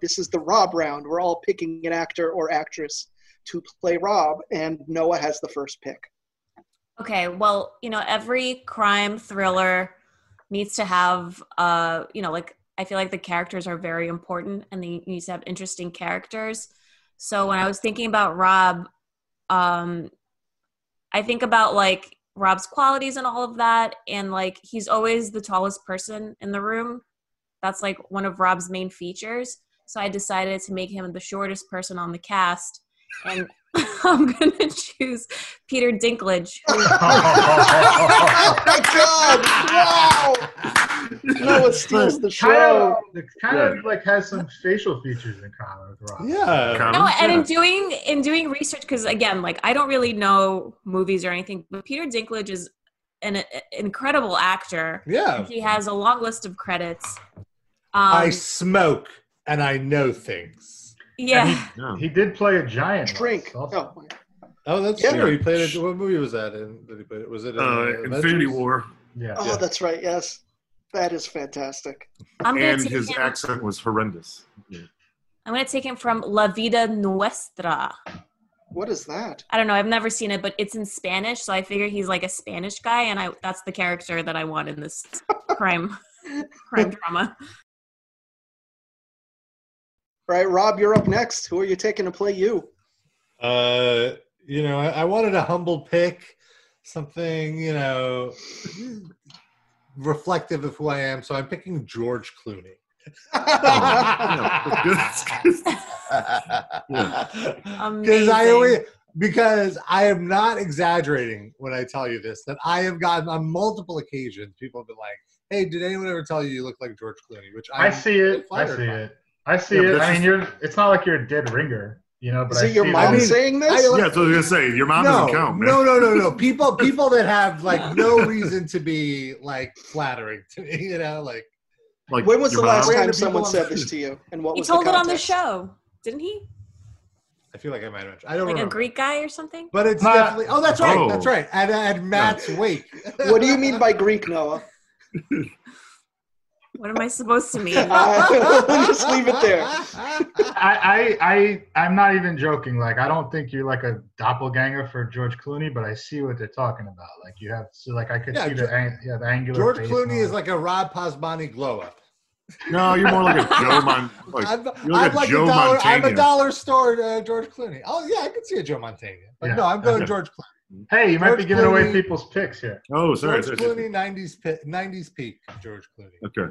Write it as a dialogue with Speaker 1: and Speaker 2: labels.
Speaker 1: this is the Rob round. We're all picking an actor or actress to play Rob, and Noah has the first pick.
Speaker 2: Okay, well, you know, every crime thriller needs to have, uh, you know, like I feel like the characters are very important, and they need to have interesting characters. So when I was thinking about Rob, um, I think about like Rob's qualities and all of that, and like he's always the tallest person in the room. That's like one of Rob's main features. So I decided to make him the shortest person on the cast, and I'm gonna choose Peter Dinklage.
Speaker 1: oh my God! Wow! Noah steals the
Speaker 3: Kind of,
Speaker 1: show.
Speaker 3: it kind of like has some facial features in common with Rob.
Speaker 4: Yeah.
Speaker 2: No,
Speaker 5: Common
Speaker 2: and in
Speaker 5: sense.
Speaker 2: doing in doing research, because again, like I don't really know movies or anything, but Peter Dinklage is an, uh, incredible actor.
Speaker 4: Yeah.
Speaker 2: He has a long list of credits. Um,
Speaker 4: I smoke and I know things.
Speaker 2: yeah,
Speaker 5: No.
Speaker 3: He did play a giant. once,
Speaker 1: Drink.
Speaker 3: also.
Speaker 1: Oh,
Speaker 4: Oh, that's
Speaker 1: Yeah.
Speaker 4: true. He played it. What movie was that in? That he played? Was it in,
Speaker 5: Uh, Infinity
Speaker 4: Avengers?
Speaker 5: War,
Speaker 3: Yeah.
Speaker 1: oh, that's right. Yes, that is fantastic.
Speaker 2: I'm gonna
Speaker 5: and
Speaker 2: take
Speaker 5: his
Speaker 2: him.
Speaker 5: accent was horrendous.
Speaker 2: I'm gonna take him from La Vida Nuestra.
Speaker 1: What is that?
Speaker 2: I don't know. I've never seen it, but it's in Spanish, so I figure he's like a Spanish guy, and I that's the character that I want in this crime crime drama.
Speaker 1: All right, Rob, you're up next. Who are you taking to play you?
Speaker 4: Uh, you know, I, I wanted a humble pick, something you know, reflective of who I am. So I'm picking George Clooney. Because I
Speaker 2: Amazing.
Speaker 4: always, because I am not exaggerating when I tell you this that I have gotten on multiple occasions people have been like, "Hey, did anyone ever tell you you look like George Clooney?" Which
Speaker 3: I
Speaker 4: I'm
Speaker 3: see it. I
Speaker 4: flattered
Speaker 3: see
Speaker 4: by.
Speaker 3: it. I see
Speaker 5: Yeah, but
Speaker 3: it.
Speaker 5: that's
Speaker 3: I mean,
Speaker 5: just-
Speaker 3: you're. It's not like you're a dead ringer, you know. But
Speaker 1: Is
Speaker 3: I
Speaker 1: it your
Speaker 3: see
Speaker 1: mom
Speaker 4: I mean,
Speaker 1: saying this?
Speaker 4: I like-
Speaker 5: yeah, so I was gonna say your mom doesn't count, man.
Speaker 4: No, no, no, no. People people that have like no reason to be like flattering to me, you know, like
Speaker 5: Like
Speaker 1: when was the
Speaker 5: your
Speaker 1: last
Speaker 5: mom.
Speaker 1: time
Speaker 4: Random
Speaker 1: someone
Speaker 4: people-
Speaker 1: said this to you? And what
Speaker 2: He
Speaker 1: was
Speaker 2: told
Speaker 1: the
Speaker 2: it on the
Speaker 1: context?
Speaker 2: show, didn't he?
Speaker 4: I feel like I might have I don't
Speaker 2: Like a
Speaker 4: remember.
Speaker 2: Greek guy or something.
Speaker 4: but it's
Speaker 3: Matt-
Speaker 4: definitely oh that's right,
Speaker 5: Oh.
Speaker 4: that's right. At at Matt's wake.
Speaker 1: What do you mean by Greek, Noah?
Speaker 2: What am I supposed to mean?
Speaker 1: We'll just leave it there.
Speaker 3: I, I, I, I'm not even joking. Like, I don't think you're like a doppelganger for George Clooney, but I see what they're talking about. Like, you have, so like, I could
Speaker 4: Yeah,
Speaker 3: see the,
Speaker 4: Ge-
Speaker 3: ang- yeah, the angular.
Speaker 4: George
Speaker 3: face
Speaker 4: Clooney
Speaker 3: and all
Speaker 4: is
Speaker 3: that.
Speaker 4: like a Rob Pasmani glow up.
Speaker 5: No, you're more like a Joe Mon. Like,
Speaker 4: I'm,
Speaker 5: you're
Speaker 4: I'm
Speaker 5: like a
Speaker 4: like
Speaker 5: Joe
Speaker 4: a dollar I'm a
Speaker 5: Mantegna.
Speaker 4: dollar store uh, George Clooney. Oh yeah, I could see a Joe Montana. But
Speaker 3: Yeah.
Speaker 4: no, I'm going
Speaker 5: Yeah.
Speaker 4: George Clooney.
Speaker 3: Hey, you might be
Speaker 4: George
Speaker 3: giving away
Speaker 4: Clooney-
Speaker 3: people's picks here.
Speaker 5: oh, sorry.
Speaker 4: George
Speaker 5: sorry, sorry.
Speaker 4: Clooney 90s pe- 90s peak George Clooney.
Speaker 5: Okay,